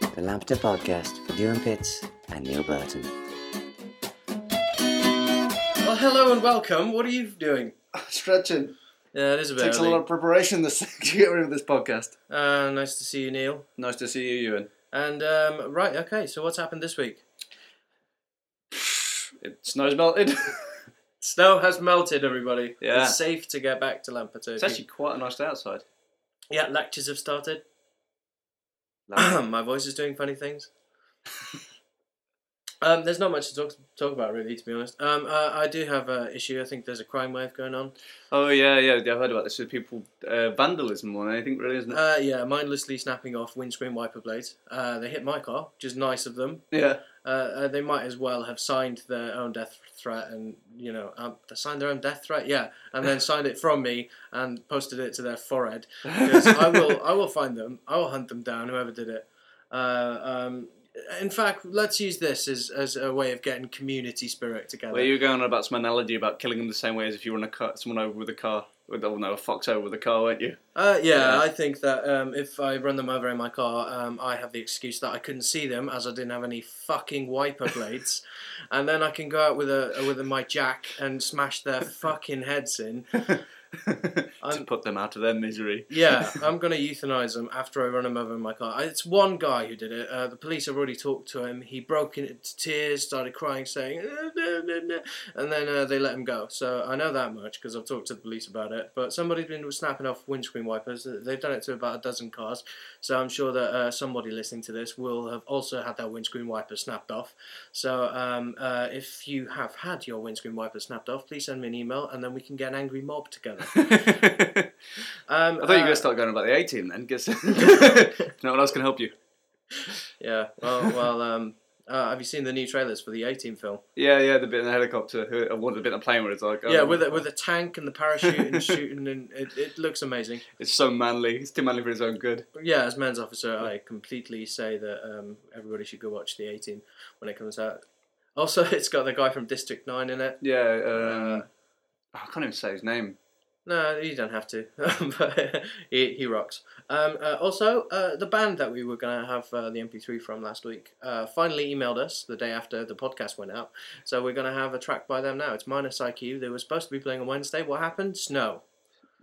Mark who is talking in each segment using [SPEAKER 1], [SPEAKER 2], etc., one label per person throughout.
[SPEAKER 1] the podcast with Ewan Pitts and Neil Burton.
[SPEAKER 2] Well, hello and welcome. What are you doing?
[SPEAKER 3] Stretching
[SPEAKER 2] Yeah, it is a bit
[SPEAKER 3] takes a
[SPEAKER 2] early.
[SPEAKER 3] lot of preparation this to get rid of this podcast.
[SPEAKER 2] Uh, nice to see you, Neil.
[SPEAKER 3] Nice to see you, Ewan.
[SPEAKER 2] And um, right, okay. So what's happened this week?
[SPEAKER 3] It snow's melted.
[SPEAKER 2] Snow has melted, everybody.
[SPEAKER 3] Yeah.
[SPEAKER 2] It's safe to get back to Lampeter.
[SPEAKER 3] it's actually quite a nice day outside.
[SPEAKER 2] Yeah, lectures have started.
[SPEAKER 3] Lovely.
[SPEAKER 2] My voice is doing funny things. um, there's not much to talk, talk about, really, to be honest. Um, uh, I do have an issue. I think there's a crime wave going on.
[SPEAKER 3] oh yeah, yeah. I've heard about this with people uh, vandalism or anything really, isn't it?
[SPEAKER 2] Uh, yeah, mindlessly snapping off windscreen wiper blades. Uh, they hit my car, which is nice of them.
[SPEAKER 3] yeah.
[SPEAKER 2] uh, uh, they might as well have signed their own death threat and you know um, they signed their own death threat yeah and then signed it from me and posted it to their forehead because I will I will find them I will hunt them down whoever did it uh, um, in fact let's use this as, as a way of getting community spirit together
[SPEAKER 3] Well, you were going on about some analogy about killing them the same way as if you run a car, someone over with a car, with oh no, a fox over with a car, weren't you?
[SPEAKER 2] Uh, yeah,
[SPEAKER 3] Yeah.
[SPEAKER 2] I think that um, if I run them over in my car, um, I have the excuse that I couldn't see them as I didn't have any fucking wiper blades, and then I can go out with a with my jack and smash their fucking heads in.
[SPEAKER 3] to put them out of their misery.
[SPEAKER 2] Yeah, I'm gonna euthanize them after I run them over in my car. It's one guy who did it. Uh, the police have already talked to him. He broke into tears, started crying, saying, "Uh, no, no, no," and then uh, they let him go. So I know that much because I've talked to the police about it. But somebody's been snapping off windscreen wipers. Uh, They've done it to about a dozen cars. So I'm sure that uh, somebody listening to this will have also had their windscreen wiper snapped off. So um, uh, if you have had your windscreen wiper snapped off, please send me an email, and then we can get an angry mob together.
[SPEAKER 3] I
[SPEAKER 2] Um,
[SPEAKER 3] thought you were going
[SPEAKER 2] uh,
[SPEAKER 3] to start going about the 18 then, because no one else can help you.
[SPEAKER 2] Yeah. Well, well. Um, uh, have you seen the new trailers for the 18 film?
[SPEAKER 3] Yeah, yeah, the bit in the helicopter, uh, well, the bit in the plane where it's like, oh,
[SPEAKER 2] yeah, with a, with a tank and the parachute and shooting, and it, it looks amazing.
[SPEAKER 3] It's so manly. It's too manly for his own good.
[SPEAKER 2] Yeah, as men's officer, I completely say that um, everybody should go watch the 18 when it comes out. Also, it's got the guy from District 9 in it.
[SPEAKER 3] Yeah. Um, I can't even say his name.
[SPEAKER 2] No, you don't have to. but he, he rocks. Um, uh, also, uh, the band that we were going to have uh, the MP3 from last week uh, finally emailed us the day after the podcast went out. So we're going to have a track by them now. It's Minus IQ. They were supposed to be playing on Wednesday. What happened? Snow.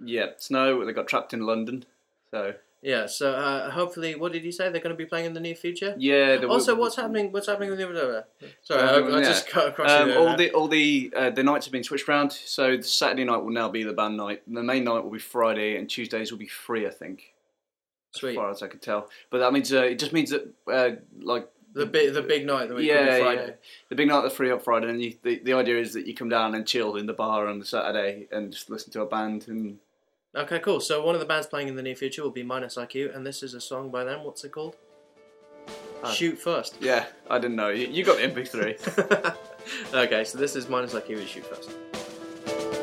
[SPEAKER 3] Yeah, Snow. They got trapped in London. So
[SPEAKER 2] Yeah, so uh, hopefully, what did he say? They're going to be playing in the near future?
[SPEAKER 3] yeah. The,
[SPEAKER 2] Also, what's happening? What's happening with the other? Sorry,
[SPEAKER 3] Yeah.
[SPEAKER 2] I, I just cut across you
[SPEAKER 3] Um,
[SPEAKER 2] there.
[SPEAKER 3] all the all the uh, the nights have been switched around. So the Saturday night will now be the band night. The main night will be Friday, and Tuesdays will be free. I think, as
[SPEAKER 2] Sweet.
[SPEAKER 3] far as I can tell. But that means uh, it just means that uh, like
[SPEAKER 2] The, big, the big night that we
[SPEAKER 3] yeah,
[SPEAKER 2] yeah,
[SPEAKER 3] yeah.
[SPEAKER 2] Friday.
[SPEAKER 3] the big night, the free up Friday, and you, the the idea is that you come down and chill in the bar on the Saturday and just listen to a band and
[SPEAKER 2] Okay, cool. So one of the bands playing in the near future will be Minus IQ, and this is a song by them. What's it called?
[SPEAKER 3] Oh.
[SPEAKER 2] Shoot first.
[SPEAKER 3] yeah. I didn't know you, you got the MP3.
[SPEAKER 2] okay, so this is Minus IQ with Shoot first.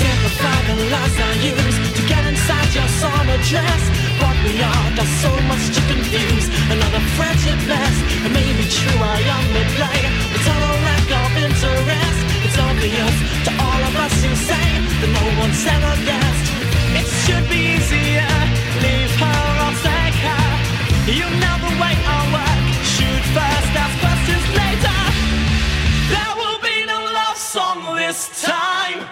[SPEAKER 4] Simplify the lies I use to get inside your summer dress. But we are just so much to confuse. Another friendship less. It may be true I am the player. But total lack of interest. It's obvious to all of us who say that no one's ever guessed. It should be easier. Leave her or take her. You know the way I work. Shoot first, ask questions later. There will be no love song this time.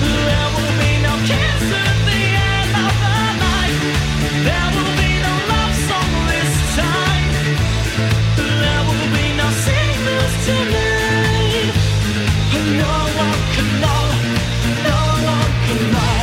[SPEAKER 4] There will be no kiss at the end of the night. There will be no love song this time. There will be no signals tonight. No one can know. No one can know.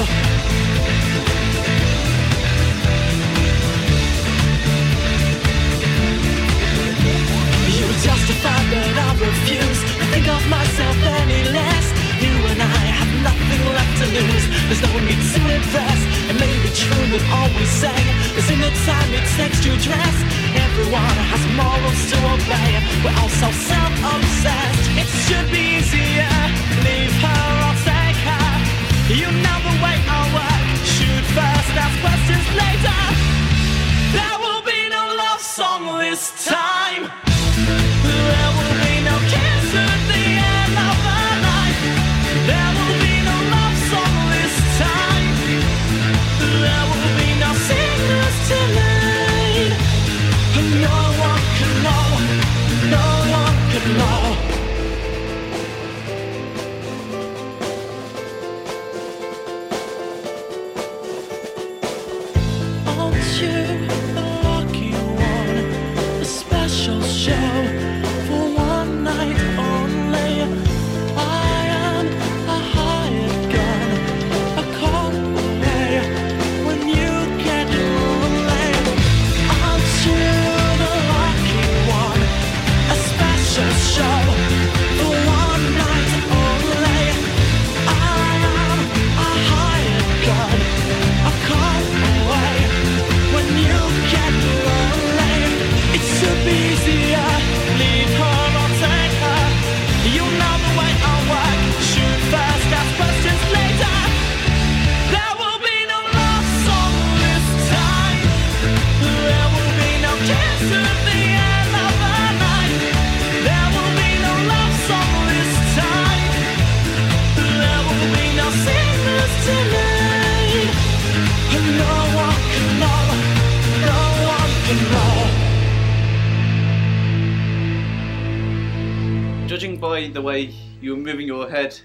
[SPEAKER 4] You justify that I refuse to think of myself any less. You and I have nothing left to lose. There's no need to impress. It may be true that all we say is in the time it takes to dress. Everyone has morals to obey. We're all so self-obsessed. It should be easier. Leave her or take her. You know the way I work. Shoot first,
[SPEAKER 3] judging by the way you were moving your head, to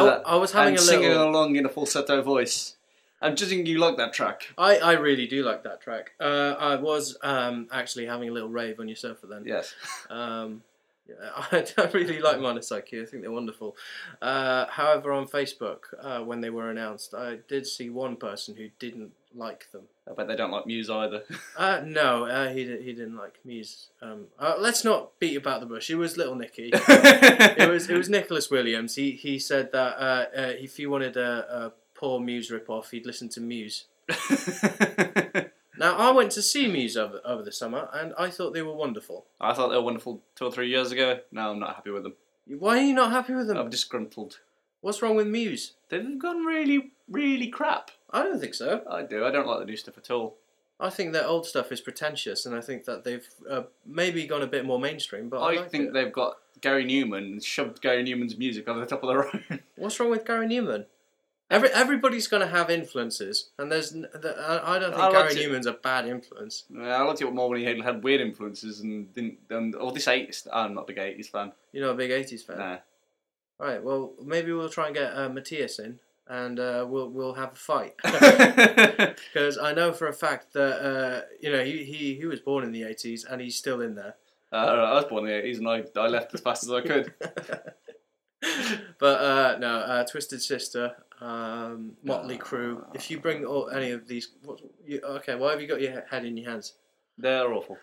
[SPEAKER 2] I,
[SPEAKER 3] that
[SPEAKER 2] I was having
[SPEAKER 3] and
[SPEAKER 2] a
[SPEAKER 3] singing
[SPEAKER 2] little.
[SPEAKER 3] along in a falsetto voice. I'm judging you like that track.
[SPEAKER 2] I, I really do like that track. Uh, I was um, actually having a little rave on your sofa then.
[SPEAKER 3] Yes.
[SPEAKER 2] Um, yeah, I, I really like Monocycle. I think they're wonderful. Uh, however, on Facebook, uh, when they were announced, I did see one person who didn't like them.
[SPEAKER 3] I bet they don't like Muse either.
[SPEAKER 2] Uh, no, uh, he di- he didn't like Muse. Um, uh, let's not beat about the bush. It was Little Nicky. it was it was Nicholas Williams. He he said that uh, uh, if he wanted a, a poor Muse ripoff, he'd listen to Muse. Now I went to see Muse over, over the summer, and I thought they were wonderful.
[SPEAKER 3] I thought they were wonderful two or three years ago. Now I'm not happy with them.
[SPEAKER 2] Why are you not happy with them?
[SPEAKER 3] I'm disgruntled.
[SPEAKER 2] What's wrong with Muse?
[SPEAKER 3] They've gone really, really crap.
[SPEAKER 2] I don't think so.
[SPEAKER 3] I do. I don't like the new stuff at all.
[SPEAKER 2] I think their old stuff is pretentious, and I think that they've uh, maybe gone a bit more mainstream. But I,
[SPEAKER 3] I,
[SPEAKER 2] like
[SPEAKER 3] think
[SPEAKER 2] it.
[SPEAKER 3] they've got Gary Newman and shoved Gary Newman's music over the top of their own.
[SPEAKER 2] What's wrong with Gary Newman? Every, everybody's going to have influences, and there's n- the, I I don't think
[SPEAKER 3] I like
[SPEAKER 2] Gary
[SPEAKER 3] to-
[SPEAKER 2] Newman's a bad influence.
[SPEAKER 3] Uh, I liked it more when he had, had weird influences and didn't. And all this 80s. I'm not a big 80s fan.
[SPEAKER 2] You're not a big '80s fan.
[SPEAKER 3] Nah.
[SPEAKER 2] All right, well maybe we'll try and get uh, Matthias in, and uh, we'll we'll have a fight because I know for a fact that uh, you know he, he he was born in the '80s and he's still in there.
[SPEAKER 3] Uh, I was born in the 80s and I, I left as fast as I could.
[SPEAKER 2] But uh, no, uh, Twisted Sister, um, Motley Crue. If you bring all, any of these, what, you, okay, why have you got your head in your hands?
[SPEAKER 3] They're awful.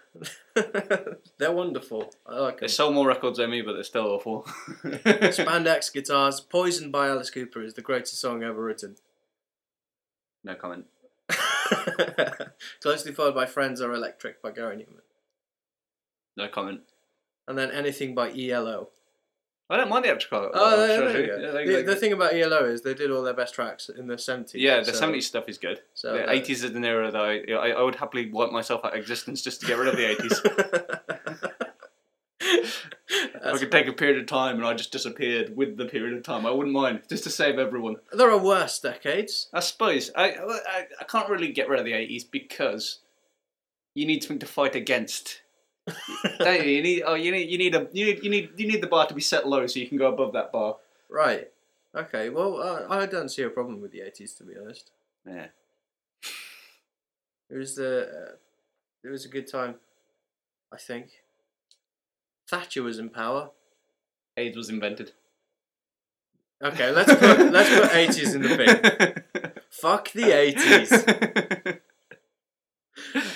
[SPEAKER 2] They're wonderful. I like
[SPEAKER 3] They
[SPEAKER 2] them.
[SPEAKER 3] sell more records than me, but they're still awful.
[SPEAKER 2] Spandex Guitars, Poisoned by Alice Cooper is the greatest song ever written.
[SPEAKER 3] no comment.
[SPEAKER 2] Closely followed by Friends Are Electric by Gary Newman.
[SPEAKER 3] No comment.
[SPEAKER 2] And then anything by E ELO.
[SPEAKER 3] I don't mind the electrical.
[SPEAKER 2] Oh,
[SPEAKER 3] I'm
[SPEAKER 2] there,
[SPEAKER 3] sure
[SPEAKER 2] there you
[SPEAKER 3] who-
[SPEAKER 2] go.
[SPEAKER 3] yeah, they-
[SPEAKER 2] the,
[SPEAKER 3] they-
[SPEAKER 2] the thing about ELO is they did all their best tracks in the 70s.
[SPEAKER 3] Yeah, the
[SPEAKER 2] so-
[SPEAKER 3] 70s stuff is good.
[SPEAKER 2] so uh,
[SPEAKER 3] the
[SPEAKER 2] that-
[SPEAKER 3] 80s is an era that I, I, I would happily wipe myself out of existence just to get rid of the 80s. I
[SPEAKER 2] That's-
[SPEAKER 3] could take a period of time and I just disappeared with the period of time. I wouldn't mind, just to save everyone.
[SPEAKER 2] there are worse decades.
[SPEAKER 3] I suppose I, I, I can't really get rid of the 80s because you need something to fight against. Don't you? You need, oh, you need, you need a, you need, you need, you need the bar to be set low so you can go above that bar.
[SPEAKER 2] Right. Okay. Well, uh, I don't see a problem with the 80s, to be honest.
[SPEAKER 3] Yeah.
[SPEAKER 2] It was the. Uh, it was a good time, I think. Thatcher was in power.
[SPEAKER 3] AIDS was invented.
[SPEAKER 2] Okay, let's put let's put 80s in the bin.
[SPEAKER 3] bin.
[SPEAKER 2] Fuck the 80s.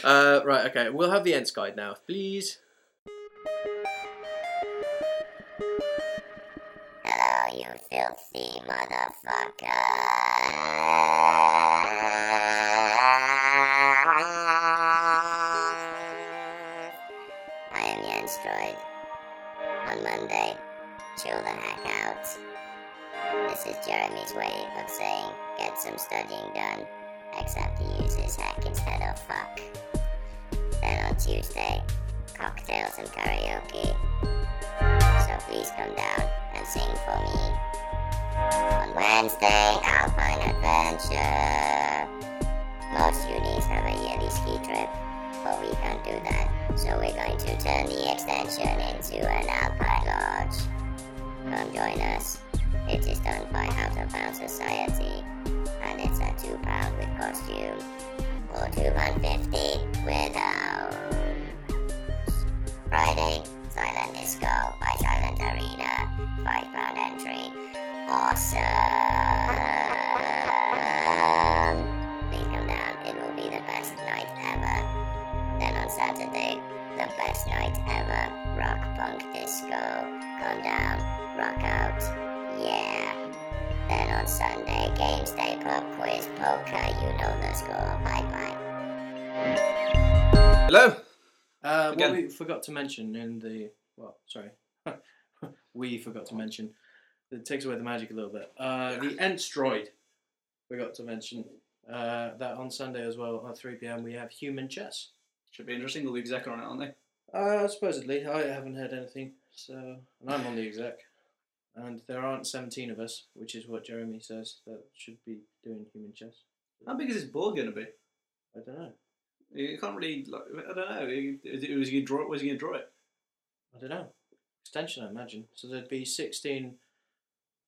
[SPEAKER 2] Uh, right. Okay, we'll have the Ents guide now, please.
[SPEAKER 5] Hello, Oh, you filthy motherfucker. I am Jens Droid. On Monday, chill the heck out. This is Jeremy's way of saying get some studying done, except he uses heck instead of fuck. Then on Tuesday, cocktails and karaoke. So please come down and sing for me. On Wednesday, Alpine Adventure. Most unis have a yearly ski trip, but we can't do that. So we're going to turn the extension into an Alpine Lodge. Come join us. It is done by Out of Bound Society, and it's at £2 with costume, or £2.50 without. Friday, Silent Disco by Silent Arena, five pound entry. Awesome! Please come down, it will be the best night ever. Then on Saturday, the best night ever, rock punk disco. Come down, rock out, yeah. Then on Sunday, games day, pub quiz, poker, you know the score. Bye bye.
[SPEAKER 3] Hello.
[SPEAKER 2] Uh, what
[SPEAKER 3] Again.
[SPEAKER 2] we forgot to mention in the well, sorry, we forgot to mention. It takes away the magic a little bit. Uh, the Entstroid, forgot to mention uh, that on Sunday as well at three pm we have Human Chess.
[SPEAKER 3] Should be interesting. They'll leave Zach on it, aren't they?
[SPEAKER 2] Uh, supposedly, I haven't heard anything. So, and I'm on the exec, and there aren't seventeen of us, which is what Jeremy says that should be doing Human Chess.
[SPEAKER 3] How big is his ball going to be?
[SPEAKER 2] I don't know.
[SPEAKER 3] You can't really. Like, I don't know. Is it- Was he gonna draw it? Where's he going to draw it?
[SPEAKER 2] I don't know. extension, I imagine. So there'd be 16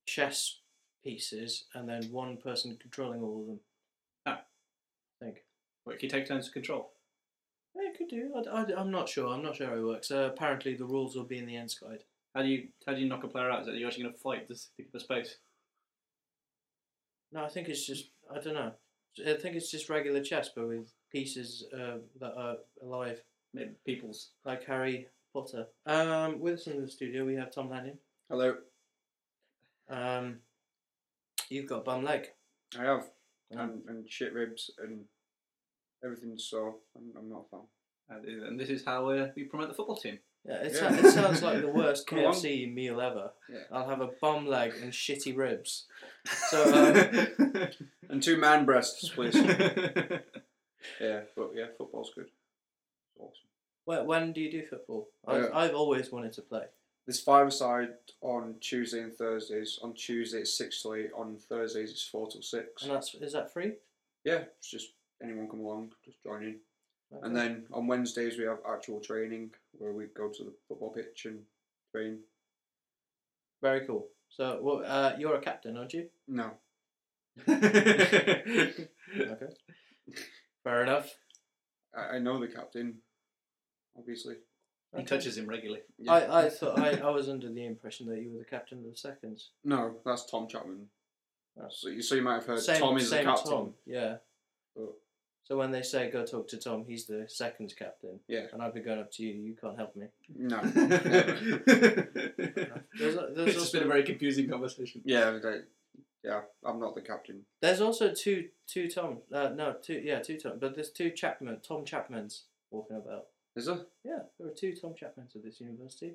[SPEAKER 2] chess pieces and then one person controlling all of them.
[SPEAKER 3] Oh.
[SPEAKER 2] I think.
[SPEAKER 3] Wait, can you take turns to control?
[SPEAKER 2] Yeah, it could do. I, am not sure. I'm not sure how it works. Uh, apparently, the rules will be in the end's guide.
[SPEAKER 3] How do you how do you knock a player out? Is that you're actually going to fight this the space?
[SPEAKER 2] No, I think it's just, I don't know. I think it's just regular chess, but with pieces uh, that are alive,
[SPEAKER 3] Maybe people's.
[SPEAKER 2] like Harry Potter. Um, with us in the studio, we have Tom Lanyon.
[SPEAKER 6] Hello.
[SPEAKER 2] Um, you've got bum leg.
[SPEAKER 6] I have. And, and shit ribs and everything, so I'm, I'm not a fan.
[SPEAKER 3] And, and this is how uh, we promote the football team.
[SPEAKER 2] Yeah, it,
[SPEAKER 6] Yeah.
[SPEAKER 2] sou- it sounds like the worst
[SPEAKER 6] Go on.
[SPEAKER 2] KFC meal ever.
[SPEAKER 6] Yeah.
[SPEAKER 2] I'll have a bum leg and shitty ribs. So um,
[SPEAKER 6] And two man breasts, please. yeah, but yeah, football's good. It's awesome.
[SPEAKER 2] when, when do you do football? I've,
[SPEAKER 6] Yeah.
[SPEAKER 2] I've always wanted to play.
[SPEAKER 6] There's five aside on Tuesday and Thursdays. On Tuesday it's six till eight. On Thursdays it's four till six.
[SPEAKER 2] And that's is that free?
[SPEAKER 6] Yeah, it's just anyone come along, just join in.
[SPEAKER 2] Okay.
[SPEAKER 6] And then on Wednesdays we have actual training where we go to the football pitch and train.
[SPEAKER 2] very cool. So well, uh, you're a captain, aren't you?
[SPEAKER 6] No,
[SPEAKER 2] Okay. Fair enough.
[SPEAKER 6] I, I know the captain, obviously.
[SPEAKER 3] he touches him regularly.
[SPEAKER 6] Yeah.
[SPEAKER 2] I, I thought I, I was under the impression that you were the captain of the seconds.
[SPEAKER 6] No, that's Tom Chapman.
[SPEAKER 2] Oh.
[SPEAKER 6] So you, so you might have heard Uh, Tom is the captain. Oh.
[SPEAKER 2] Tom, yeah.
[SPEAKER 6] But-
[SPEAKER 2] So when they say go talk to Tom, he's the seconds captain.
[SPEAKER 6] Yeah.
[SPEAKER 2] And I'd be going up to you. You can't help me.
[SPEAKER 6] No. never.
[SPEAKER 3] There's,
[SPEAKER 2] There's, a- there's
[SPEAKER 3] it's
[SPEAKER 2] also
[SPEAKER 3] just been a very confusing conversation.
[SPEAKER 6] yeah, they- yeah, I'm not the captain.
[SPEAKER 2] There's also two two Tom uh, no two yeah two Tom but there's two Chapman Tom Chapmans walking about.
[SPEAKER 6] Is there?
[SPEAKER 2] Yeah, there are two Tom Chapmans at this university.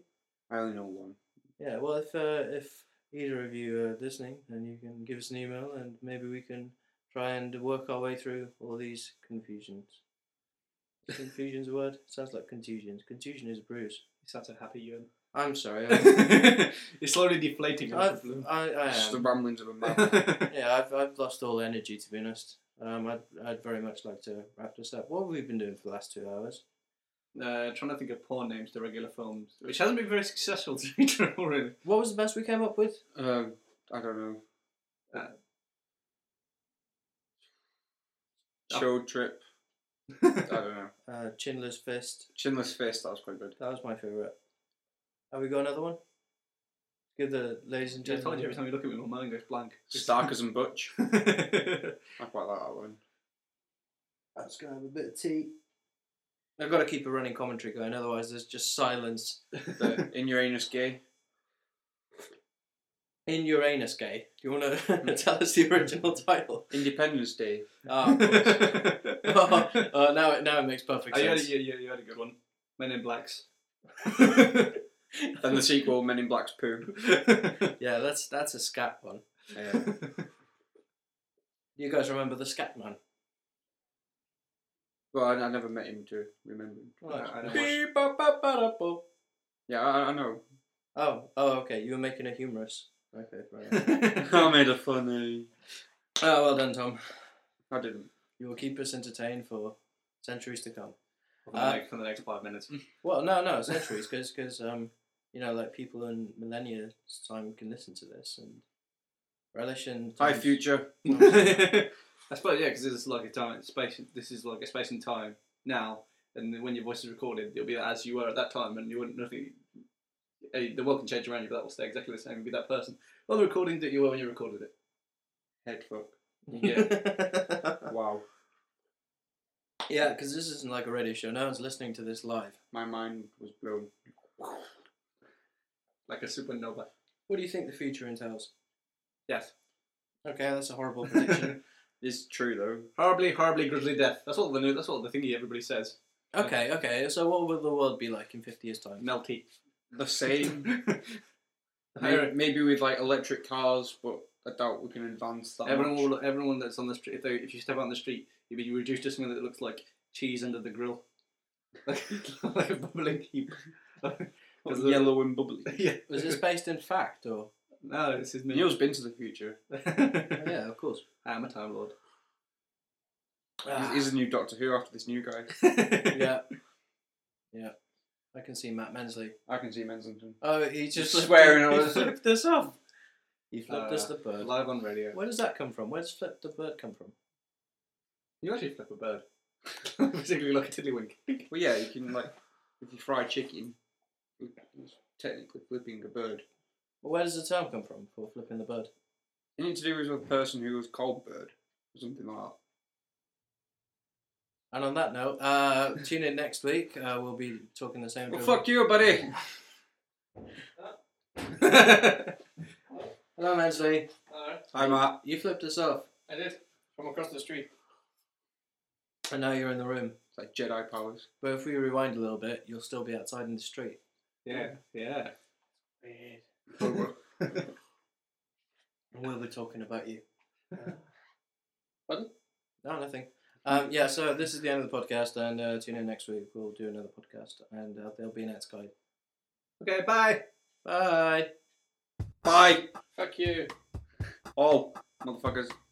[SPEAKER 6] I only know one.
[SPEAKER 2] Yeah, well if uh, if either of you are listening, then you can give us an email and maybe we can try and work our way through all these confusions. Confusion's a word. Sounds like contusions. Contusion is a bruise.
[SPEAKER 3] You sound so happy, Ewan.
[SPEAKER 2] I'm sorry. I've,
[SPEAKER 3] You're slowly deflating. your
[SPEAKER 2] I've,
[SPEAKER 3] problem.
[SPEAKER 2] I, I
[SPEAKER 6] It's the
[SPEAKER 2] am.
[SPEAKER 6] ramblings of a man.
[SPEAKER 2] Yeah, I've, I've lost all energy to be honest. Um, I'd, I'd very much like to wrap this up. What have we been doing for the last two hours?
[SPEAKER 3] uh, trying to think of porn names to regular films, which hasn't been very successful to be true, really.
[SPEAKER 2] What was the best we came up with?
[SPEAKER 6] um, I don't know.
[SPEAKER 3] Uh.
[SPEAKER 6] Show trip. I don't know.
[SPEAKER 2] Uh, Chinler's Fist.
[SPEAKER 6] Chinless Fist, that was quite good.
[SPEAKER 2] That was my favourite. Have we got another one? Give the ladies and
[SPEAKER 3] I told you every
[SPEAKER 2] gentlemen.
[SPEAKER 3] time you look at me, my mind goes blank. Oh,
[SPEAKER 6] Starkers and Butch.
[SPEAKER 3] I've
[SPEAKER 6] I quite like that one.
[SPEAKER 2] I was going to have a bit of tea. I've got to keep a running commentary going, otherwise there's just silence.
[SPEAKER 6] The In Your Anus Gay.
[SPEAKER 2] In Uranus, gay. Do you want to
[SPEAKER 3] Mm.
[SPEAKER 2] tell us the original title?
[SPEAKER 6] Independence Day.
[SPEAKER 2] Ah, of course. oh, oh, now it now it makes perfect
[SPEAKER 3] you, had a,
[SPEAKER 2] sense.
[SPEAKER 3] you, you- you had a good one. Men in Blacks.
[SPEAKER 6] Then the sequel, Men in Black's Poo.
[SPEAKER 2] Yeah, that's that's a scat one.
[SPEAKER 6] Yeah.
[SPEAKER 2] You guys remember the scat man?
[SPEAKER 6] Well, I, I never met him to remember him.
[SPEAKER 3] I- I don't
[SPEAKER 2] Beep, ba, ba, ba, da, bo.
[SPEAKER 6] Yeah, I, I know.
[SPEAKER 2] Oh, oh, okay. You were making a humorous. Okay, right.
[SPEAKER 6] I made a funny.
[SPEAKER 2] oh, well done, Tom.
[SPEAKER 6] I didn't.
[SPEAKER 2] You will keep us entertained for centuries to come.
[SPEAKER 3] for, the
[SPEAKER 2] Uh,
[SPEAKER 3] next, for the next five minutes.
[SPEAKER 2] Well, no, no, centuries, because um, you know, like people in millennia time can listen to this and relish and
[SPEAKER 6] Hi, future.
[SPEAKER 3] I suppose yeah, because this is like a time space. This is like a space and time now, and then when your voice is recorded, it'll be as you were at that time, and you wouldn't nothing. eh, The world can change around you, but that will stay exactly the same. You'll be that person on the recording that you were when you recorded it.
[SPEAKER 6] Head fuck.
[SPEAKER 2] Yeah,
[SPEAKER 6] Wow.
[SPEAKER 2] yeah, because this isn't like a radio show. No one's listening to this live.
[SPEAKER 6] My mind was blown.
[SPEAKER 3] Like a supernova.
[SPEAKER 2] What do you think the future entails?
[SPEAKER 3] Death.
[SPEAKER 2] Okay, that's a horrible prediction.
[SPEAKER 6] It's true, though.
[SPEAKER 3] horribly, horribly grisly death. That's what the new. That's what the thingy everybody says.
[SPEAKER 2] okay, okay. So, what will the world be like in fifty years' time?
[SPEAKER 3] Melty.
[SPEAKER 6] The same. maybe, maybe with like electric cars, but I doubt we can advance that.
[SPEAKER 3] everyone,
[SPEAKER 6] much.
[SPEAKER 3] will, everyone that's on the street. If, they, if you step out on the street, you'll be reduced to something that looks like cheese under the grill, like, a bubbling heap. Because the-
[SPEAKER 6] yellow and bubbly.
[SPEAKER 3] yeah.
[SPEAKER 2] Is this based in fact or?
[SPEAKER 3] No, this is me.
[SPEAKER 6] Neil's been to the future.
[SPEAKER 3] I
[SPEAKER 2] Yeah, of course.
[SPEAKER 3] am a time lord.
[SPEAKER 6] Ah. He's, he's a new Doctor Who after this new guy.
[SPEAKER 2] yeah, yeah. I can see Matt Mensley.
[SPEAKER 6] I can see Mensington.
[SPEAKER 2] Oh, he just
[SPEAKER 6] Just
[SPEAKER 2] flipped
[SPEAKER 6] swearing
[SPEAKER 2] it-
[SPEAKER 6] all
[SPEAKER 2] He
[SPEAKER 6] the-
[SPEAKER 2] flipped us off.
[SPEAKER 6] He
[SPEAKER 2] Flipped us the bird.
[SPEAKER 6] Live on radio.
[SPEAKER 2] Uh, Where does that come from? Where does flip the bird come from?
[SPEAKER 6] You actually flip a bird.
[SPEAKER 3] Particularly like a tiddlywink.
[SPEAKER 6] Well, yeah, you can like if you fry chicken, it's technically flipping a bird.
[SPEAKER 2] Well, where does the term come from for flipping the bird?
[SPEAKER 6] Anything to do with a person who was called bird or something like that.
[SPEAKER 2] And on that note, uh, tune in next week. Uh, we'll be talking the same.
[SPEAKER 6] Well,
[SPEAKER 2] drivel.
[SPEAKER 6] fuck you, buddy.
[SPEAKER 2] Hello, Mensley.
[SPEAKER 6] Hi, Matt.
[SPEAKER 2] You flipped us off,
[SPEAKER 3] I did. From across the street.
[SPEAKER 2] and now you're in the room.
[SPEAKER 6] It's like Jedi powers.
[SPEAKER 2] But if we rewind a little bit, you'll still be outside in the street.
[SPEAKER 3] Yeah. Yeah.
[SPEAKER 2] And we'll be talking about you. Uh,
[SPEAKER 6] Pardon?
[SPEAKER 2] No, nothing. Um, yeah, so this is the end of the podcast, and uh, tune in next week. We'll do another podcast, and uh, there'll be an next guide.
[SPEAKER 3] Okay, bye.
[SPEAKER 2] Bye.
[SPEAKER 6] Bye,
[SPEAKER 3] Fuck you.
[SPEAKER 6] all Oh, motherfuckers.